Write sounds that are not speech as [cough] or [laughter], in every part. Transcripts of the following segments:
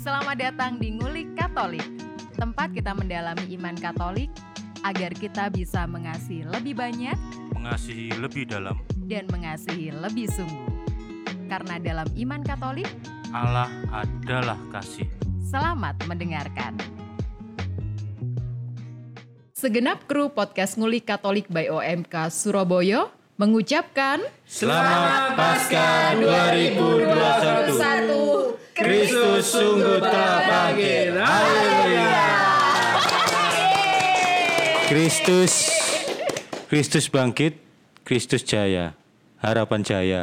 Selamat datang di Ngulik Katolik, tempat kita mendalami iman Katolik agar kita bisa mengasihi lebih banyak mengasihi lebih dalam dan mengasihi lebih sungguh. Karena dalam iman Katolik, Allah adalah kasih. selamat mendengarkan. Segenap kru podcast Ngulik Katolik by OMK Surabaya mengucapkan Selamat Paskah 2021. Kristus sungguh telah bangkit. Haleluya. Kristus Kristus bangkit, Kristus jaya. Harapan jaya.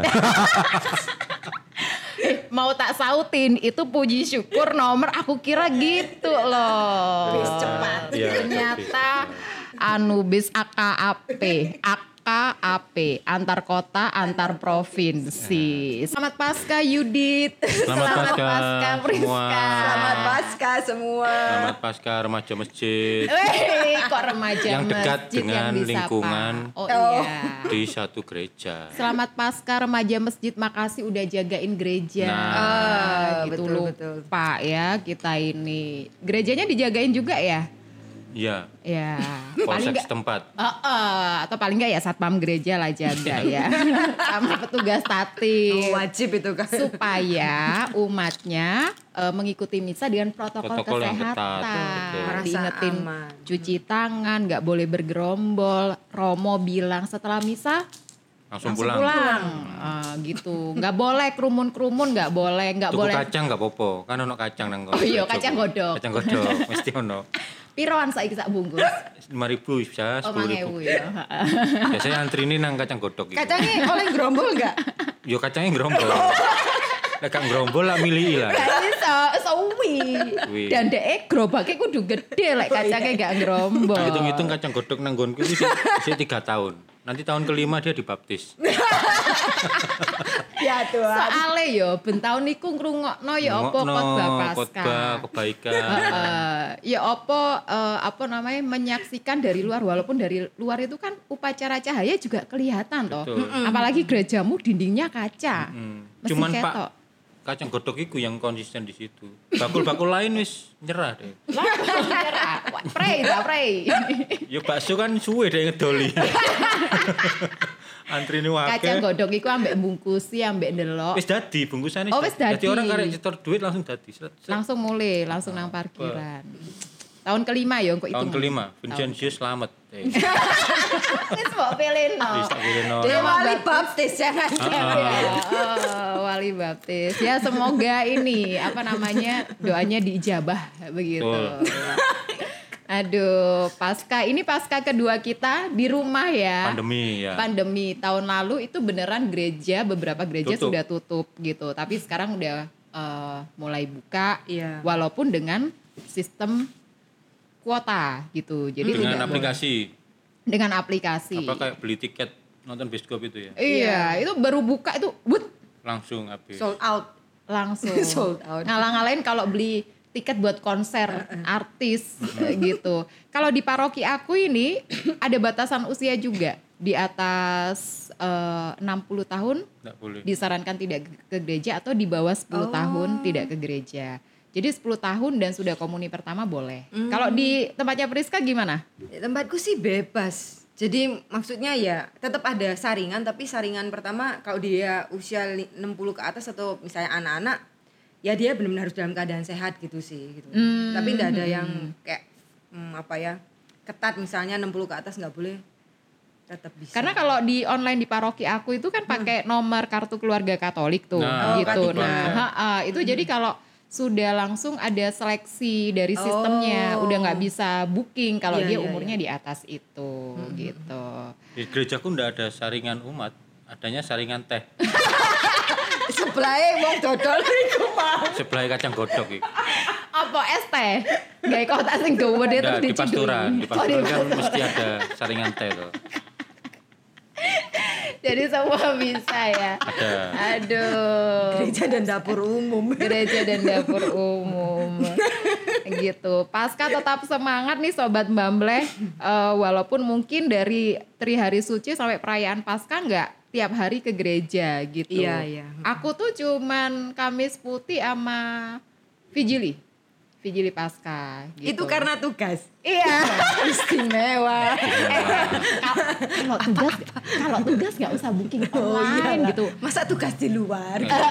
Mau tak sautin itu puji syukur nomor aku kira gitu loh. Please, cepat. Iya, oke. Ternyata Anubis AKAP, AKAP antar kota antar provinsi. Selamat pasca Yudit. Selamat Paskah semua. Priska. Selamat Ah. Pasca semua. Selamat Paskah remaja masjid Wih, kok remaja Yang dekat masjid yang dengan disapa. lingkungan. Oh, Oh. iya. di satu gereja. Selamat pasca remaja masjid, makasih udah jagain gereja. Nah. Ah, Ah, gitu betul, lupa ya kita ini. Gerejanya dijagain juga ya? Ya, Ya. [laughs] paling polsek enggak setempat. atau paling enggak ya satpam gereja lah [laughs] jaga ya. Sama petugas statik. Wajib itu kan. supaya umatnya eh, mengikuti misa dengan protokol, Protokol yang ketat, kesehatan. betul. Merasa Diingetin aman. cuci tangan, nggak boleh bergerombol. Romo bilang setelah misa Langsung, langsung pulang. pulang, Ah, gitu. Nggak boleh kerumun-kerumun, nggak boleh, nggak Tuku boleh. kacang gak popo, kan ono kacang nang Oh iya, kacang godhog. Kacang godhog mesti ono. Piroan saiki sak bungkus. 5000 bisa Oh, 10000. mangewu ya. Biasanya antri ini nang kacang godhog gitu. Kacangnya oleh gerombol enggak? Yo kacangnya [laughs] gerombol. Lah gak gerombol lah milih lah. Gak iso, sewi. Wih. Iya. Dan dek gerobaknya kudu gede, like kacangnya gak ngerombol. Nah, Hitung-hitung kacang godhog nang gonku itu sih 3 tahun. Nanti tahun kelima dia dibaptis. Iya, Ya Tuhan. Soale yo ben taun niku ngrungokno yo iya, apa Ngokno, khotbah khotbah, Paskah. kebaikan. Heeh. ya apa eh, apa namanya menyaksikan dari luar walaupun dari luar itu kan upacara cahaya juga kelihatan toh. Betul. Mm-mm. Apalagi gerejamu dindingnya kaca. Hmm. Mesti Cuman Pak ketok. kacang godhog iku yang konsisten di situ. Bakul-bakul lain wis nyerah deh. Wah, [laughs] Pray, tak [laughs] pray. Ya bakso kan suwe deh [laughs] ngedoli. Antri ini Kacang wakil. godhog iku ambek bungkusi, ambek ndelok. Wis dadi bungkusannya. Oh, sudah. wis dadi. Jadi orang karek nyetor duit langsung dadi. Set, set. Langsung mulai, langsung nang parkiran. Tahun kelima yo engko itu. Tahun kelima, Vincenzius selamat. Eh, Wis mbok peleno. Wis tak peleno. Dia mau Wali baptis kan? jangan Ya, oh, wali baptis. Ya semoga ini apa namanya doanya diijabah begitu. Betul. Aduh, pasca ini pasca kedua kita di rumah ya. pandemi ya. Pandemi tahun lalu itu beneran gereja beberapa gereja Tutup. sudah tutup gitu, tapi sekarang udah eh, mulai buka Iya. walaupun dengan sistem kuota gitu. Jadi Hmm. tidak boleh- Dengan Iya. aplikasi. dengan aplikasi. Apa kan? kayak beli tiket nonton bioskop itu ya. Iya, itu baru buka itu wut, Langsung habis. Sold out. langsung [laughs] Sold out. Eh, ngalang-ngalain kalau beli tiket buat konser artis Hmm. [laughs] gitu. Kalau di paroki aku ini [clears throat] ada batasan usia juga di atas eh, 60 tahun Enggak boleh. disarankan tidak ke- ke gereja atau di bawah 10 Oh. tahun tidak ke gereja. Jadi 10 tahun dan sudah komuni pertama boleh. Hmm. Kalau di tempatnya Priska gimana? Di Ya, Tempatku sih bebas. Jadi maksudnya ya tetap ada saringan tapi saringan pertama kalau dia usia li- 60 ke atas atau misalnya anak-anak ya dia benar-benar harus dalam keadaan sehat gitu sih gitu. Tapi enggak ada yang kayak hmm, apa ya ketat misalnya 60 ke atas nggak boleh tetap bisa. Karena kalau di online di paroki aku itu kan pakai nomor kartu keluarga Katolik tuh Nah, gitu. Hmm. Oh, kartu Hmm. Nah, keluarga. ha-ha, itu jadi kalau sudah langsung ada seleksi dari sistemnya, udah nggak bisa booking kalau Oh. Iya, dia iya, Hmm. umurnya di atas itu gitu. Di gerejaku enggak ada saringan umat, adanya saringan [laughs] teh. sebelahnya wong dodol [laughs] iku Pak. Sebelah kacang godhog itu. Apa es teh? Gak kotak sing gowo dia Nah, terus di diciduk. pasturan, Oh, di di pasturan kan pasturan. mesti ada saringan teh [laughs] tuh. Jadi semua bisa ya. Ada. Aduh. Gereja dan dapur [laughs] umum. gereja dan dapur umum gitu pasca tetap semangat nih sobat Bambleh Eh, walaupun mungkin dari tri hari suci sampai perayaan pasca nggak tiap hari ke gereja gitu Iya, iya. aku tuh cuman kamis putih sama Vigili. Vigili Pasca gitu. Itu karena tugas. Iya, istimewa. Eh, kal- kalau tugas, kalau tugas nggak usah booking online gitu. Masa tugas di luar? Iya.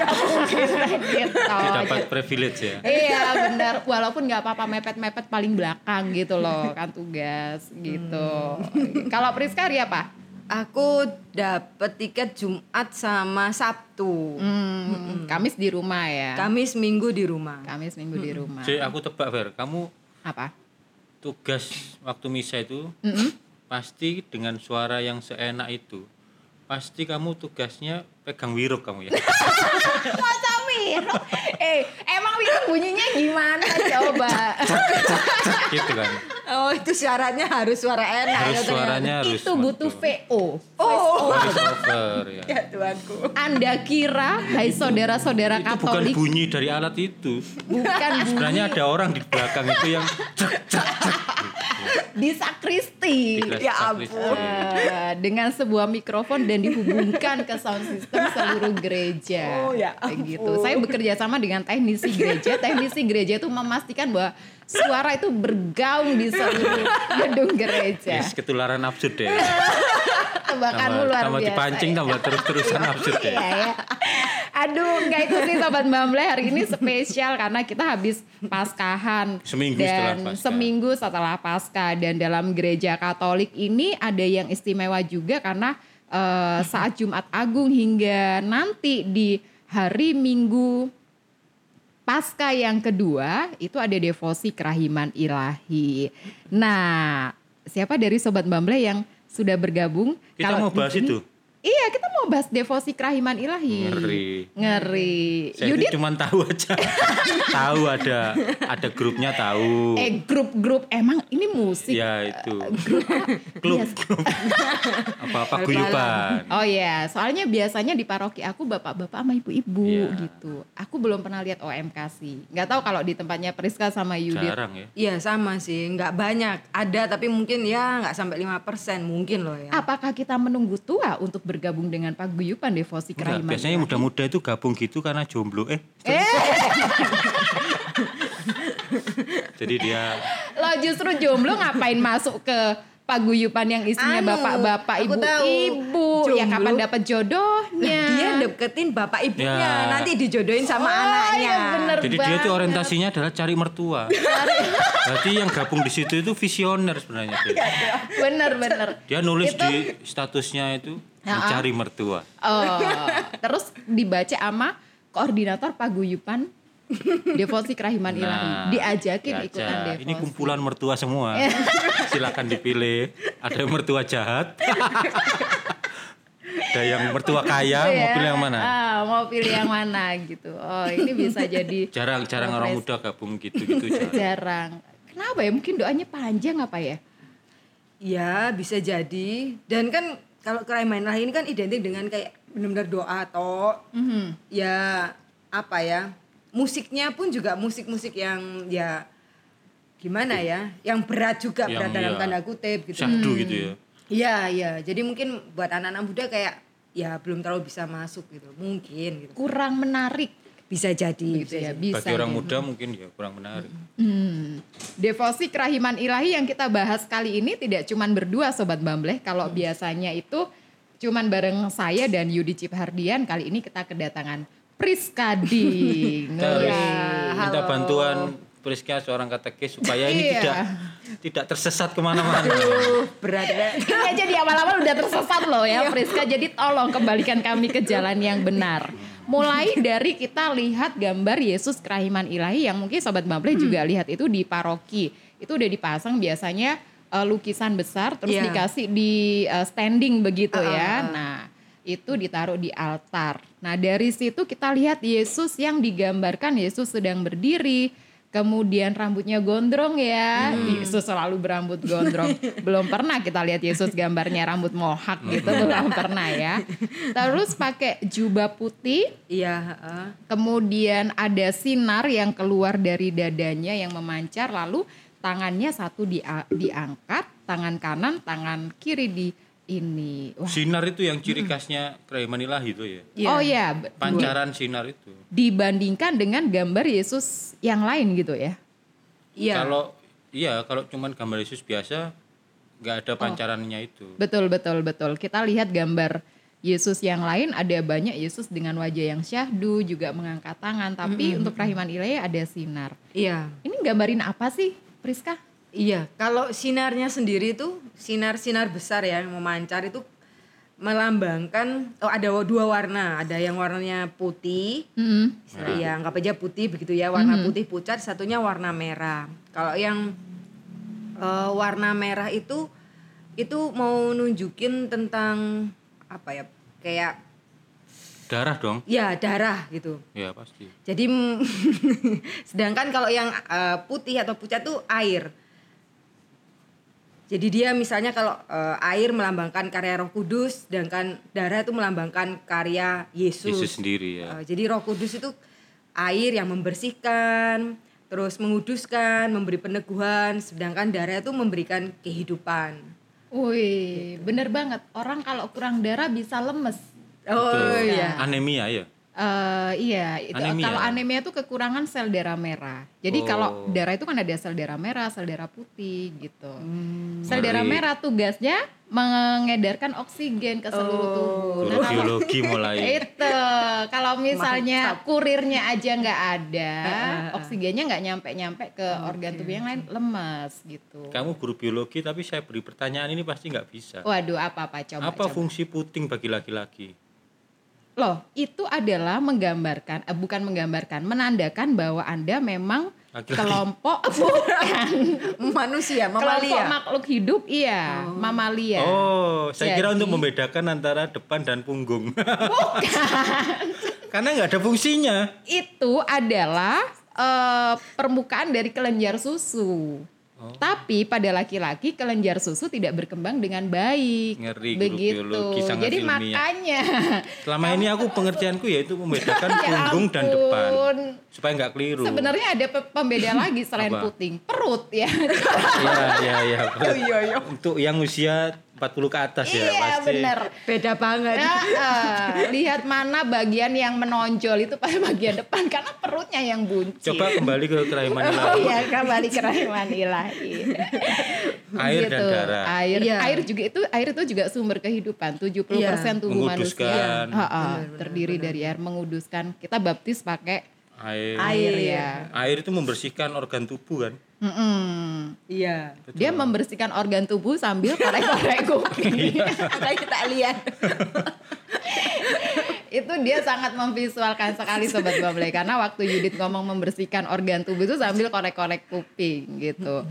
gitu. dapat privilege ya Iya benar, walaupun nggak apa-apa mepet-mepet paling belakang gitu loh kan tugas gitu. Kalau Priska Ria apa? Aku dapet tiket Jumat sama Sabtu. Hmm, Kamis di rumah ya. Kamis Minggu di rumah. Kamis minggu di rumah. jadi aku tebak Fer kamu Apa? tugas waktu misa itu pasti dengan suara yang seenak itu pasti kamu tugasnya pegang wiruk kamu ya [laughs] Masa Wiro? [laughs] Eh, emang Wiro bunyinya gimana coba? gitu kan Oh, itu syaratnya harus suara harus enak. ya, ternyata. suaranya harus Itu butuh betul. VO. Oh, voice over ya ya Tuhanku. Anda kira, hai saudara-saudara itu bukan Katolik, bunyi dari alat itu [laughs] bukan bunyi sebenarnya ada orang di belakang itu yang di sakristi. Ya ampun. Eh, dengan sebuah mikrofon dan dihubungkan ke sound system seluruh gereja. Oh, ya Kayak ampun. gitu. Saya bekerja sama dengan teknisi gereja. Teknisi gereja itu memastikan bahwa suara itu bergaung di seluruh gedung gereja. Ya. Yes, ketularan absurd deh Tebakanmu tambah, luar tambah biasa. ya. dipancing tambah terus-terusan absurd [laughs] deh Iya ya. Aduh, nggak ikut sih sobat Bamble hari ini spesial karena kita habis Paskahan Seminggu dan setelah Paskah. seminggu setelah Paskah dan dalam gereja Katolik ini ada yang istimewa juga karena eh, saat Jumat Agung hingga nanti di hari Minggu Pasca yang kedua itu ada devosi kerahiman ilahi. Nah, siapa dari sobat Bamble yang sudah bergabung? kita Kalau mau di bahas sini- itu Iya, kita mau bahas devosi kerahiman ilahi. Ngeri. Ngeri. saya Yudit, itu cuma tahu aja tahu ada ada grupnya tahu eh grup-grup emang ini musik. ya [laughs] itu Iya, klub [laughs] klub apa apa guyuban Oh iya, soalnya biasanya di paroki aku bapak-bapak sama ibu-ibu Iya. gitu. Aku belum pernah lihat OMK sih. Nggak tahu kalau di tempatnya Priska sama Yudit. jarang ya Iya sama sih, nggak banyak. Ada tapi mungkin ya nggak sampai 5% mungkin loh ya. Apakah kita menunggu tua untuk bergabung dengan paguyuban devosi Enggak, kerahiman? biasanya ilahi? muda-muda itu gabung gitu karena jomblo eh jadi [laughs] dia Lo justru jomblo ngapain masuk ke paguyuban yang isinya Anu, bapak-bapak, aku tahu. ibu-ibu, ya Jomblo. kapan dapat jodohnya? Nah, Dia deketin bapak ibunya, Ya. nanti dijodohin Oh, sama anaknya. iya bener jadi dia tuh banget. orientasinya adalah cari [laughs] mertua berarti yang gabung di situ itu visioner sebenarnya dia, Iya. Bener bener. Dia nulis di statusnya itu mencari mertua Oh, terus dibaca sama koordinator paguyuban devosi kerahiman ilahi. Nah, Iya, Diajakin diajak. ikutan Iya. devosi. Ini kumpulan mertua semua. [laughs] Silakan dipilih. Ada yang [laughs] mertua jahat. Ada yang mertua Iya. kaya, ya, mau pilih yang mana? Ah, mau pilih yang mana gitu. Oh, ini bisa [laughs] jadi Jarang-jarang orang muda gabung [laughs] gitu-gitu. jarang. jarang. Kenapa ya? Mungkin doanya panjang apa ya? Ya bisa jadi. Dan kan kalau kerahiman ilahi ini kan identik dengan kayak benar-benar doa toh. Ya apa ya? Musiknya pun juga musik-musik yang ya gimana ya? Yang berat juga Yang, berat dalam ya, tanda kutip gitu. Syahdu gitu Hmm, ya. Iya iya. Jadi mungkin buat anak-anak muda kayak ya belum terlalu bisa masuk gitu. Mungkin gitu. Kurang menarik Bisa jadi. gitu ya. bisa jadi. Bisa. Iya Bagi orang deh. muda mungkin ya kurang menarik. Hmm. Devosi kerahiman ilahi yang kita bahas kali ini tidak cuman berdua Sobat Bambleh. Kalau biasanya itu cuman bareng saya dan Yudi Ciphardian. Kali ini kita kedatangan Priska Iya. di [laughs] Terus Ngeri. minta bantuan Priska seorang katekis supaya ini Iya. tidak tidak tersesat kemana-mana. Aduh, berat berat. Kayaknya jadi awal-awal udah tersesat loh ya Priska. Jadi tolong kembalikan kami ke jalan yang benar. Mulai dari kita lihat gambar Yesus kerahiman ilahi yang mungkin Sobat Bamble juga lihat itu di paroki. Itu udah dipasang biasanya eh, lukisan besar terus Iya. dikasih di eh, standing begitu Ah, ya. ah, ah. Nah itu ditaruh di altar. Nah dari situ kita lihat Yesus yang digambarkan Yesus sedang berdiri, kemudian rambutnya gondrong ya. Yesus selalu berambut gondrong. Belum pernah kita lihat Yesus gambarnya rambut mohak gitu belum pernah ya. Terus pakai jubah putih, Iya. heeh. kemudian ada sinar yang keluar dari dadanya yang memancar, lalu tangannya satu dia- diangkat, tangan kanan, tangan kiri di ini. Wah. Sinar itu yang ciri khasnya Kremanilah itu ya. Iya. Oh ya, b- Pancaran sinar itu. dibandingkan dengan gambar Yesus yang lain gitu ya. Iya. Kalau iya kalau cuman gambar Yesus biasa nggak Oh. ada pancarannya itu. Betul, betul, betul. Kita lihat gambar Yesus yang lain ada banyak Yesus dengan wajah yang syahdu juga mengangkat tangan, tapi untuk Rahiman Ilai ada sinar. Iya. Ini gambarin apa sih, Priska? Iya, kalau sinarnya sendiri itu sinar-sinar besar ya yang memancar itu melambangkan oh ada dua warna, ada yang warnanya putih, Mm-mm. ya anggap aja putih begitu ya, warna putih pucat, satunya warna merah. Kalau yang eh, warna merah itu itu mau nunjukin tentang apa ya? Kayak Darah dong. ya darah gitu. Ya pasti. Jadi [laughs] mm, sedangkan kalau yang eh, putih atau pucat tuh air. Jadi dia misalnya kalau eh, air melambangkan karya Roh Kudus, sedangkan darah itu melambangkan karya Yesus. Yesus sendiri ya. Eh, jadi Roh Kudus itu air yang membersihkan, terus menguduskan, memberi peneguhan, sedangkan darah itu memberikan kehidupan. Wih, Gitu. bener banget. Orang kalau kurang darah bisa lemes. Oh Betul. iya. Anemia ya. Eh, iya, itu Anemia. Oh. kalau anemia itu kekurangan sel darah merah. Jadi kalau darah itu kan ada sel darah merah, sel darah putih gitu. Hmm, Sel darah Menarik. merah tugasnya mengedarkan oksigen ke Oh. seluruh tubuh. Nah, kalau- Biologi mulai. [laughs] itu kalau misalnya kurirnya aja nggak ada, Eh, oksigennya nggak nyampe-nyampe ke organ tubuh yang lain, lemes gitu. Kamu guru biologi tapi saya beri pertanyaan ini pasti nggak bisa. Waduh, apa-apa coba. coba. Apa fungsi puting bagi laki-laki? Loh, itu adalah menggambarkan, eh, bukan menggambarkan, menandakan bahwa Anda memang Laki-laki. [laughs] kelompok bukan Manusia, kelompok mamalia. makhluk hidup, iya, mamalia. Oh, saya kira Jadi- untuk membedakan antara depan [laughs] dan punggung. Karena nggak ada fungsinya. Itu adalah eh, permukaan dari kelenjar susu. Oh. Tapi pada laki-laki kelenjar susu tidak berkembang dengan baik. Ngeri, guru Begitu. biologi, sangat Jadi ilmiah. [laughs] makanya Selama ini aku pengertianku yaitu [laughs] membedakan punggung dan depan Ya ampun. supaya nggak keliru. sebenarnya ada pe- pembeda lagi selain Apa? puting, perut [laughs] ya. Iya, iya, [laughs] iya. Untuk yang usia 40 ke atas ya iya, pasti. benar. Beda banget. Ya, eh, [laughs] lihat mana bagian yang menonjol itu pada bagian depan karena perutnya yang buncit. Coba kembali ke [laughs] keraiman Oh iya, kembali ke rahman ilahi. Air dan Gitu. darah. Air, Iya. air juga itu air itu juga sumber kehidupan. 70% tubuh manusia Menguduskan. Ha-ha, terdiri dari air menguduskan. Kita baptis pakai Air. Iya. air ya. Air itu membersihkan organ tubuh kan. Mm-mm. Iya. [laughs] Dia membersihkan organ tubuh sambil [laughs] korek-korek Iya. kuping. Makanya kita lihat. itu dia sangat memvisualkan sekali sobat Bable karena waktu Yudit ngomong membersihkan organ tubuh itu sambil korek-korek kuping gitu.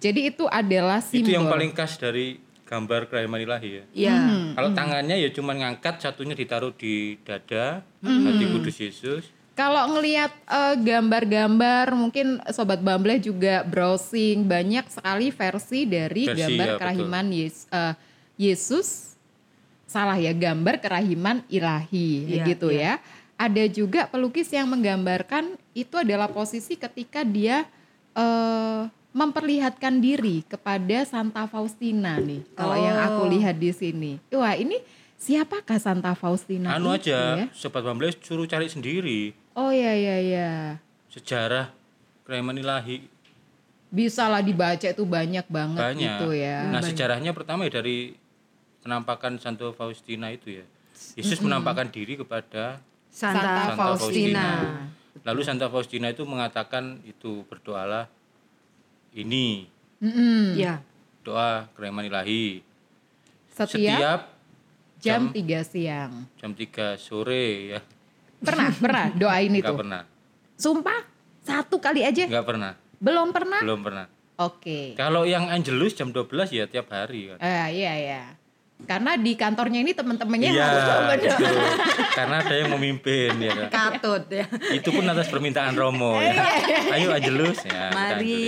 Jadi itu adalah simbol. Hmm, Hmm. Itu yang paling khas dari gambar keraiman ilahi ya. Iya. Kalau tangannya ya cuman ngangkat, satunya ditaruh di dada, Hmm. hati kudus Yesus. Kalau ngelihat eh, gambar-gambar, mungkin sobat Bamble juga browsing banyak sekali versi dari Versi, gambar ya, betul. kerahiman Yes- eh, Yesus. Salah ya, gambar kerahiman ilahi Iya, gitu ya. Ada juga pelukis yang menggambarkan itu adalah posisi ketika dia eh, memperlihatkan diri kepada Santa Faustina nih. Kalau yang Oh. aku lihat di sini. Wah, ini siapakah Santa Faustina? anu itu ya? aja, sobat Bambles suruh cari sendiri Oh ya ya ya. sejarah keraiman ilahi Bisa lah dibaca itu banyak banget banyak. gitu ya. Nah sejarahnya pertama ya dari penampakan Santo Faustina itu ya. Yesus menampakkan diri kepada Santa, Santa Faustina. Lalu Santa Faustina itu mengatakan itu berdoalah ini Mm-mm. Iya. doa keraiman ilahi Setiap, setiap jam 3 siang. jam 3 sore ya. Pernah, pernah [laughs] doain itu. Enggak pernah. Sumpah, satu kali aja. Enggak pernah. Belum pernah? Belum pernah. Oke. Kalau yang Angelus jam 12 ya tiap hari kan. Eh, iya ya. Karena di kantornya ini teman-temannya Iya, harus bener. [laughs] gitu. Karena ada yang memimpin ya. kan. Katut ya. Itu pun atas permintaan Romo. Ya. Iya. Ayo Angelus ya. kita Angelus. Mari.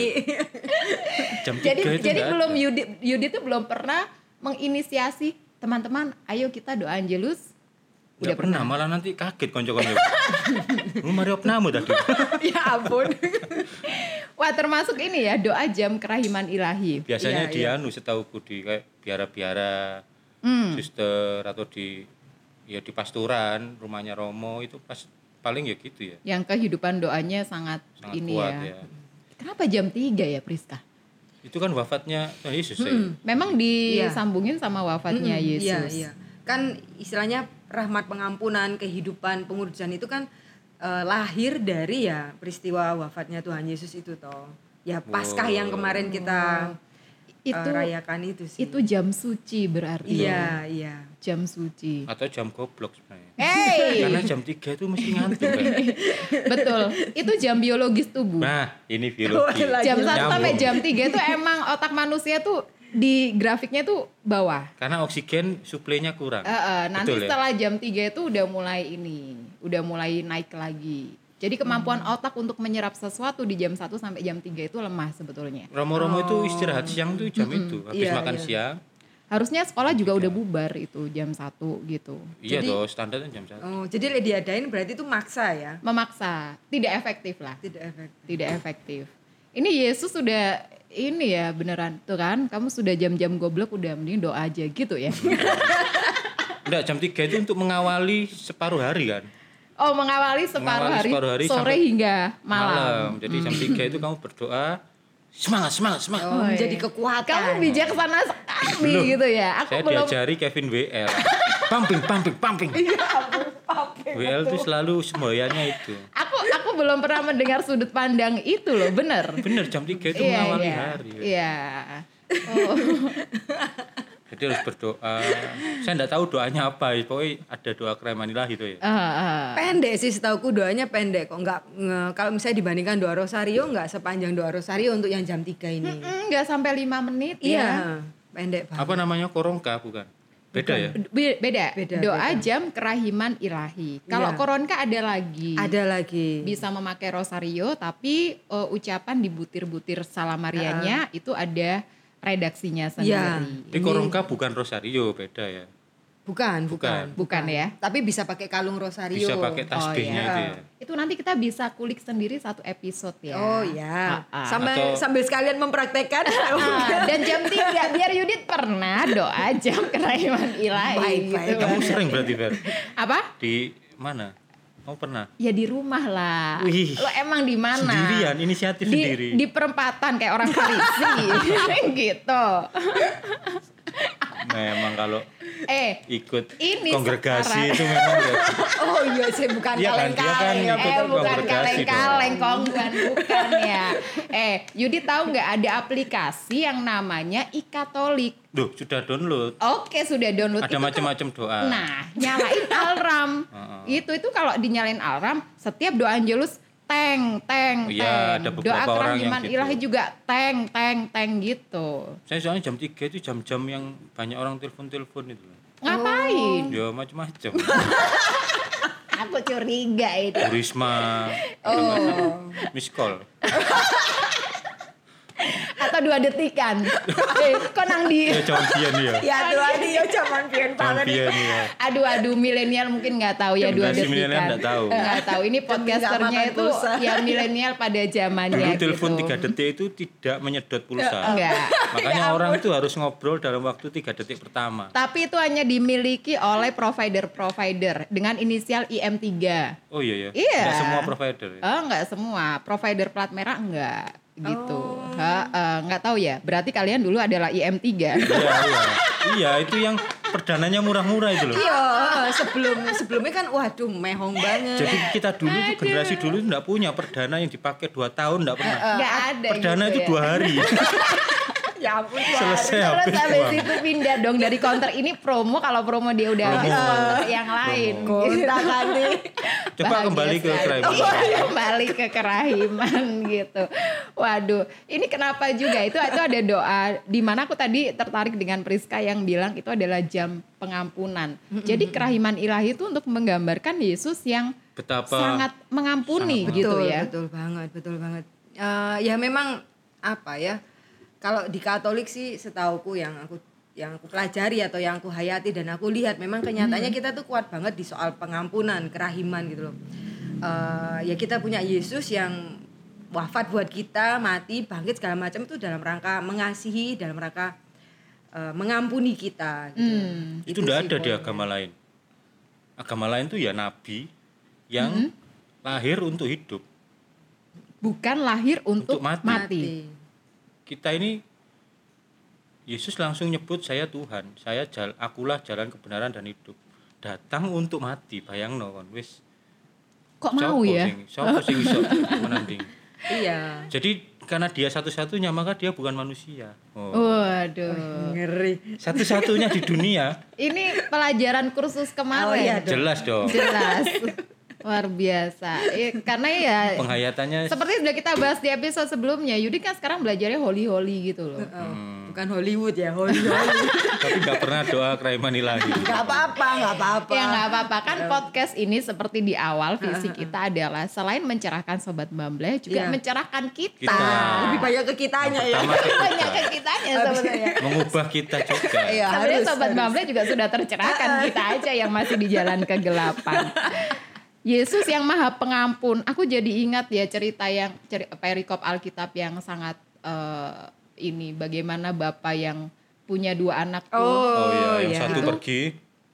Jam [laughs] Jadi 3 itu jadi nggak belum ada. Yudit Yudit tuh belum pernah menginisiasi teman-teman, ayo kita doa Angelus. [laughs] Nggak Iya, pernah. malah nanti kaget konco-konco. [laughs] Lu Mario Pnamo tadi. ya ampun. [laughs] Wah, termasuk ini ya doa jam kerahiman ilahi. Biasanya di anu setahuku di kayak biara-biara Hmm. suster atau di ya di pasturan rumahnya Romo itu pas paling ya gitu ya yang kehidupan doanya sangat, sangat ini kuat ya. ya. Kenapa jam 3 ya Priska? itu kan wafatnya Tuhan Yesus ya Memang disambungin sama wafatnya Mm, Yesus. Iya, iya. Kan istilahnya rahmat pengampunan, kehidupan, pengurusan itu kan eh, lahir dari ya peristiwa wafatnya Tuhan Yesus itu toh. Ya Paskah yang kemarin kita eh, Itu rayakan itu sih. itu jam suci berarti. Iya, iya. Jam [laughs] suci. atau jam goblok sebenarnya Hey, karena jam 3 itu mesti ngantuk kan betul. Itu jam biologis tubuh. nah ini biologi Wah, jam Lagi 1 sampai nyambung. jam 3 itu emang otak manusia tuh di grafiknya tuh bawah. karena oksigen suplainya kurang Eh, eh, nanti Betul ya? setelah jam 3 itu udah mulai ini, udah mulai naik lagi. Jadi kemampuan Hmm. otak untuk menyerap sesuatu di jam 1 sampai jam 3 itu lemah sebetulnya. Romo-romo itu Oh. istirahat siang tuh jam itu habis Iya, makan iya. siang Harusnya sekolah juga udah bubar itu jam 1 gitu. iya Jadi- toh standarnya jam satu Oh, jadi diadain berarti itu maksa ya. Memaksa, tidak efektif lah. Tidak efektif. Tidak efektif. Ini Yesus sudah ini ya beneran tuh kan kamu sudah jam-jam goblok udah mending doa aja gitu ya. Mm-hmm. enggak jam 3 itu untuk mengawali separuh hari kan [laughs] Oh mengawali separuh, Mengawali hari, separuh hari sore sampai hingga malam. jadi jam 3 itu kamu berdoa semangat semangat semangat Oh, iya. jadi kekuatan. Kamu bijaksana sekali Belum. gitu ya. Aku saya belum diajari Kevin WL [laughs] pumping pumping pumping Iya, WL itu selalu semboyannya itu aku aku belum pernah mendengar sudut pandang itu loh, bener. bener jam 3 itu Iya, mengawali iya. hari Iya. Oh, jadi harus berdoa saya enggak tahu doanya apa ya. pokoknya ada doa kremanilah gitu ya ah, ah. Pendek sih setauku doanya pendek kok nggak nge- kalau misalnya dibandingkan doa rosario nggak sepanjang doa rosario untuk yang jam 3 ini. Mm, nggak sampai lima menit Iya, ya. pendek banget. apa namanya korongka bukan beda ya Be- Beda. Beda, Doa jam kerahiman ilahi. Kalau Iya. koronka ada lagi. Ada lagi. Bisa memakai rosario tapi eh, ucapan di butir-butir salamarianya itu ada redaksinya Iya. sendiri. Tapi korongka bukan rosario beda ya Bukan, Bukan. bukan. Bukan ya? Tapi bisa pakai kalung rosario. bisa pakai tasbihnya iya. itu ya Itu nanti kita bisa kulik sendiri satu episode ya. Oh ya. Ah, ah. Sambil Atau- sambil sekalian mempraktekkan. Ah, dan jam 3 biar Yudit pernah doa jam keraiman ilahi Baik, gitu. baik. kamu sering berarti Fer Apa? di mana kamu pernah Ya di rumah lah. Wih. Lo emang di mana? sendirian inisiatif Di, sendiri di perempatan kayak orang [laughs] polisi gitu. memang kalau Eh, ikut Ini sekarang. kongregasi itu memang ya. [laughs] oh iya sih bukan Iya kan, dia kan kaleng-kaleng. ya, eh ikut betul. bukan kongregasi kaleng-kaleng kongguan bukan ya. Eh, Yudit tahu nggak ada aplikasi yang namanya iKatolik. Duh, sudah download. Oke, sudah download Ada itu kan- macam-macam doa. Nah, nyalain alarm. [laughs] Heeh. itu itu kalau dinyalain alarm, setiap doa Angelus teng teng teng. Iya, ada doa beberapa orang yang kerahiman gitu. ilahi juga teng teng teng gitu. Saya soalnya jam 3 itu jam-jam yang banyak orang telepon-telepon itu. Ngapain? Ya macam-macam. Aku curiga itu. Bu Risma, Oh. miss call. Atau dua detikan. eh, kok nang di Ya [laughs] jam pian Iya, ya. Ya tuh ini ya zaman pian Jam banget. pian ya. Aduh aduh milenial mungkin nggak tahu ya dua Generasi detikan. milenial nggak tahu. Nggak tahu. Ini podcasternya makan itu pulsa. ya milenial pada zamannya Dulu gitu. telepon 3 detik itu tidak menyedot pulsa. Enggak. Ya Makanya orang itu harus ngobrol dalam waktu 3 detik pertama. Tapi itu hanya dimiliki oleh provider-provider dengan inisial IM3. Oh iya ya. Iya. Nggak semua provider. ya. Oh, enggak semua. Provider plat merah enggak gitu. Ha, eh, enggak tahu ya. Berarti kalian dulu adalah IM3. Iya, iya. Iya, itu yang perdananya murah-murah itu loh. Iya, sebelum sebelumnya kan waduh mehong banget. Jadi kita dulu tuh generasi dulu nggak punya perdana yang dipakai dua tahun nggak pernah. Enggak ada Perdana gitu itu ya. dua [laughs] hari ya ampun. selesai Terus [laughs] habis habis uang. itu pindah dong dari counter ini promo kalau promo dia udah Promo. habis counter yang lain. [laughs] Gonta kali. Coba Bahagia kembali ke sekali. Kraima. Iya, kembali ke kerahiman [laughs] gitu. Waduh, ini kenapa juga itu itu ada doa di mana aku tadi tertarik dengan Priska yang bilang itu adalah jam pengampunan. Jadi kerahiman ilahi itu untuk menggambarkan Yesus yang Betapa sangat mengampuni sangat gitu betul, ya. Betul banget, betul banget. Eh, ya memang apa ya? Kalau di Katolik sih setauku yang aku yang aku pelajari atau yang aku hayati dan aku lihat memang Hmm. kenyataannya kita tuh kuat banget di soal pengampunan, kerahiman gitu loh. Eh, ya kita punya Yesus yang wafat buat kita, mati, bangkit segala macam itu dalam rangka mengasihi, dalam rangka eh, mengampuni kita gitu. Hmm. itu tidak sih ada di poinnya. agama lain agama lain tuh ya nabi Mm-hmm. yang lahir untuk hidup Bukan lahir untuk, Untuk mati. mati. kita ini Yesus langsung nyebut saya Tuhan saya jal akulah jalan kebenaran dan hidup datang untuk mati bayang kon wis Kok mau Sopo ya? sing, sopo sing iso menanding Iya. jadi karena dia satu-satunya maka dia bukan manusia oh. Waduh. Ngeri. satu-satunya di dunia Ini pelajaran kursus kemarin. Oh, iya, dong. jelas dong Jelas. Luar biasa. Eh, karena ya penghayatannya seperti sudah kita bahas di episode sebelumnya, Yudi kan sekarang belajarnya holy-holy gitu loh. Oh, Bukan Hollywood ya, Hollywood. tapi Hmm. [laughs] nggak pernah doa Kraimani lagi Gak apa-apa, gak apa-apa. Ya nggak apa-apa kan podcast ini seperti di awal visi kita adalah selain mencerahkan sobat Bamble juga Iya. mencerahkan kita. Kita. Lebih banyak ke kitanya ya. gitu. pertama ke Banyak kita ke kitanya Iya, sebenarnya. mengubah kita juga Iya, Sebenarnya harus. sobat Bamble juga sudah [laughs] tercerahkan kita aja yang masih di jalan kegelapan. Yesus yang maha pengampun. Aku jadi ingat ya cerita yang ceri, perikop Alkitab yang sangat eh, ini bagaimana bapak yang punya dua anak tuh oh iya yang ya. satu Itu- pergi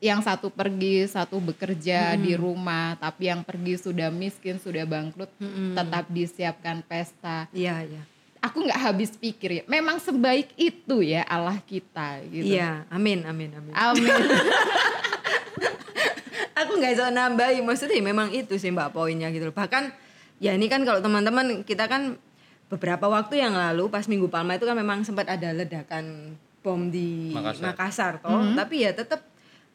yang satu pergi, satu bekerja Hmm. di rumah, tapi yang pergi sudah miskin, sudah bangkrut, Hmm. tetap disiapkan pesta. Iya, iya. Aku nggak habis pikir ya. Memang sebaik itu ya Allah kita gitu. Iya, amin, amin, amin. Amin. Aku nggak bisa nambahin, maksudnya ya memang itu sih mbak poinnya gitu loh. Bahkan ya ini kan kalau teman-teman kita kan beberapa waktu yang lalu pas Minggu Palma itu kan memang sempat ada ledakan bom di Makassar. Makassar, toh. Tapi ya tetap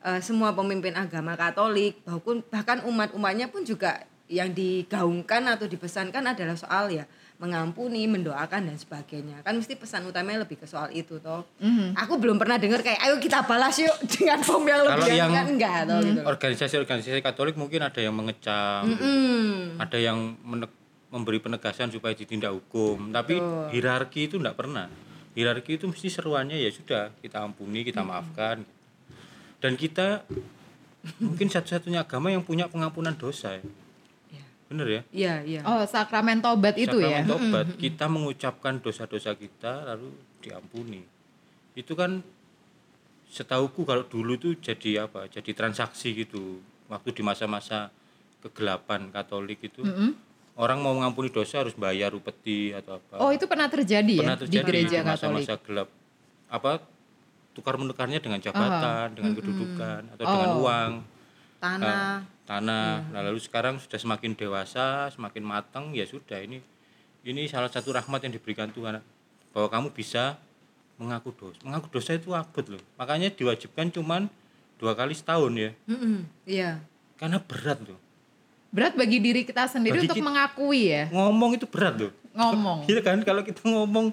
eh, semua pemimpin agama Katolik bahkan bahkan umat-umatnya pun juga yang digaungkan atau dipesankan adalah soal ya mengampuni, mendoakan dan sebagainya. Kan mesti pesan utamanya lebih ke soal itu toh. Aku belum pernah dengar kayak ayo kita balas yuk dengan bom yang lebih Kalau yang- kan enggak toh gitu. loh. organisasi-organisasi Katolik mungkin ada yang mengecam Hmm. ada yang menek- memberi penegasan supaya ditindak hukum tapi hierarki itu tidak pernah hierarki itu mesti seruannya ya sudah kita ampuni kita maafkan dan kita mungkin satu-satunya agama yang punya pengampunan dosa ya. bener ya Iya, iya. Oh, sakramen tobat itu Sakramen ya. tobat kita mengucapkan dosa-dosa kita lalu diampuni itu kan setauku kalau dulu tuh jadi apa jadi transaksi gitu waktu di masa-masa kegelapan Katolik itu orang mau mengampuni dosa harus bayar upeti atau apa Oh, itu pernah terjadi pernah ya terjadi di gereja Katolik. masa-masa gelap apa tukar menukarnya dengan jabatan dengan kedudukan atau dengan Oh. Iya. uang Tanah. Nah, tanah. Nah, lalu sekarang sudah semakin dewasa, semakin matang, ya sudah ini ini salah satu rahmat yang diberikan Tuhan bahwa kamu bisa mengaku dosa. Mengaku dosa itu abot loh. Makanya diwajibkan cuman dua kali setahun ya. Mm-mm, Iya. Karena berat loh. Berat bagi diri kita sendiri Bagi untuk kita- mengakui ya, Ngomong itu berat loh. ngomong. [laughs] Iya kan kalau kita ngomong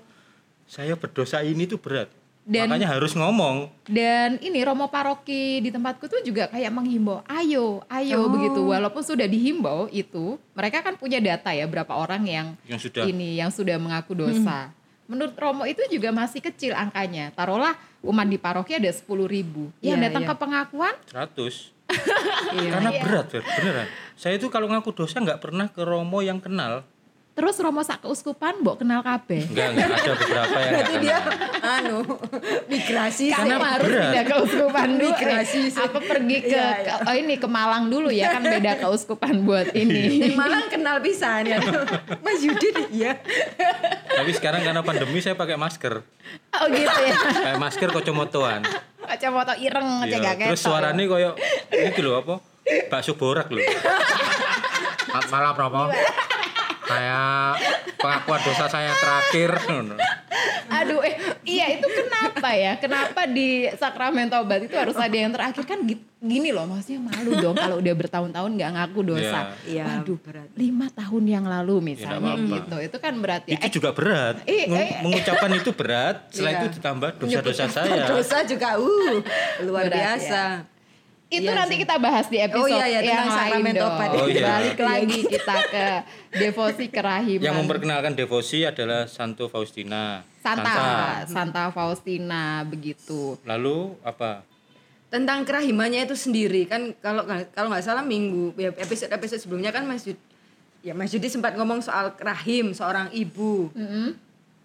saya berdosa ini itu berat. Dan- Makanya harus ngomong. Dan ini Romo Paroki di tempatku tuh juga kayak menghimbau, ayo, ayo begitu. Walaupun sudah dihimbau itu, mereka kan punya data ya berapa orang yang Yang sudah ini yang sudah mengaku dosa. Menurut Romo itu juga masih kecil angkanya. Taruhlah umat di paroki ada 10 ribu. Yang Iya, datang iya. ke pengakuan 100. [laughs] Iya. Karena berat, Fer, beneran. Saya itu kalau ngaku dosa nggak pernah ke Romo yang kenal. terus Romo sak keuskupan mbok kenal kabeh. Enggak, enggak ada beberapa yang enggak Berarti dia anu migrasi Kamu [laughs] sama- harus berat. pindah keuskupan dulu. ya. Migrasi sih. Apa pergi ke, Iya, ke- oh ini ke Malang dulu ya kan beda keuskupan buat ini. Di Malang kenal pisan Iya. ya. Mas Yudi iya. Tapi sekarang karena pandemi saya pakai masker. Oh gitu ya. Kayak masker kocomotoan. Kacamata ireng Iya, cek gak Terus ketok. suaranya ya. koyo iki lho apa? Bakso borak lho. Selamat malam Romo. Saya pengakuan dosa saya terakhir. [laughs] ngono. Aduh, eh, iya itu kenapa ya? Kenapa di sakramen tobat itu harus ada yang terakhir kan gi- gini loh, maksudnya malu dong kalau udah bertahun-tahun nggak ngaku dosa. Iya, Waduh, berat. lima tahun yang lalu Ya, nggak misalnya apa-apa. gitu, itu kan berarti Itu juga berat. Iya, Meng- iya. Mengucapkan itu berat, setelah Iya. itu ditambah dosa-dosa saya. Dosa juga uh luar Berat, biasa. itu Iya nanti kita bahas di episode Oh, iya, iya, yang tentang lain sakramen dong. tobat. Oh, iya. Balik lagi kita ke devosi kerahiman. Yang memperkenalkan devosi adalah Santo Faustina. Santa, Santa Faustina begitu. Lalu apa? Tentang kerahimannya itu sendiri kan kalau kalau nggak salah minggu ya, episode-episode Mm-hmm. sebelumnya kan Mas Yudi ya Mas Yudi sempat ngomong soal kerahim seorang ibu. Mm-mm.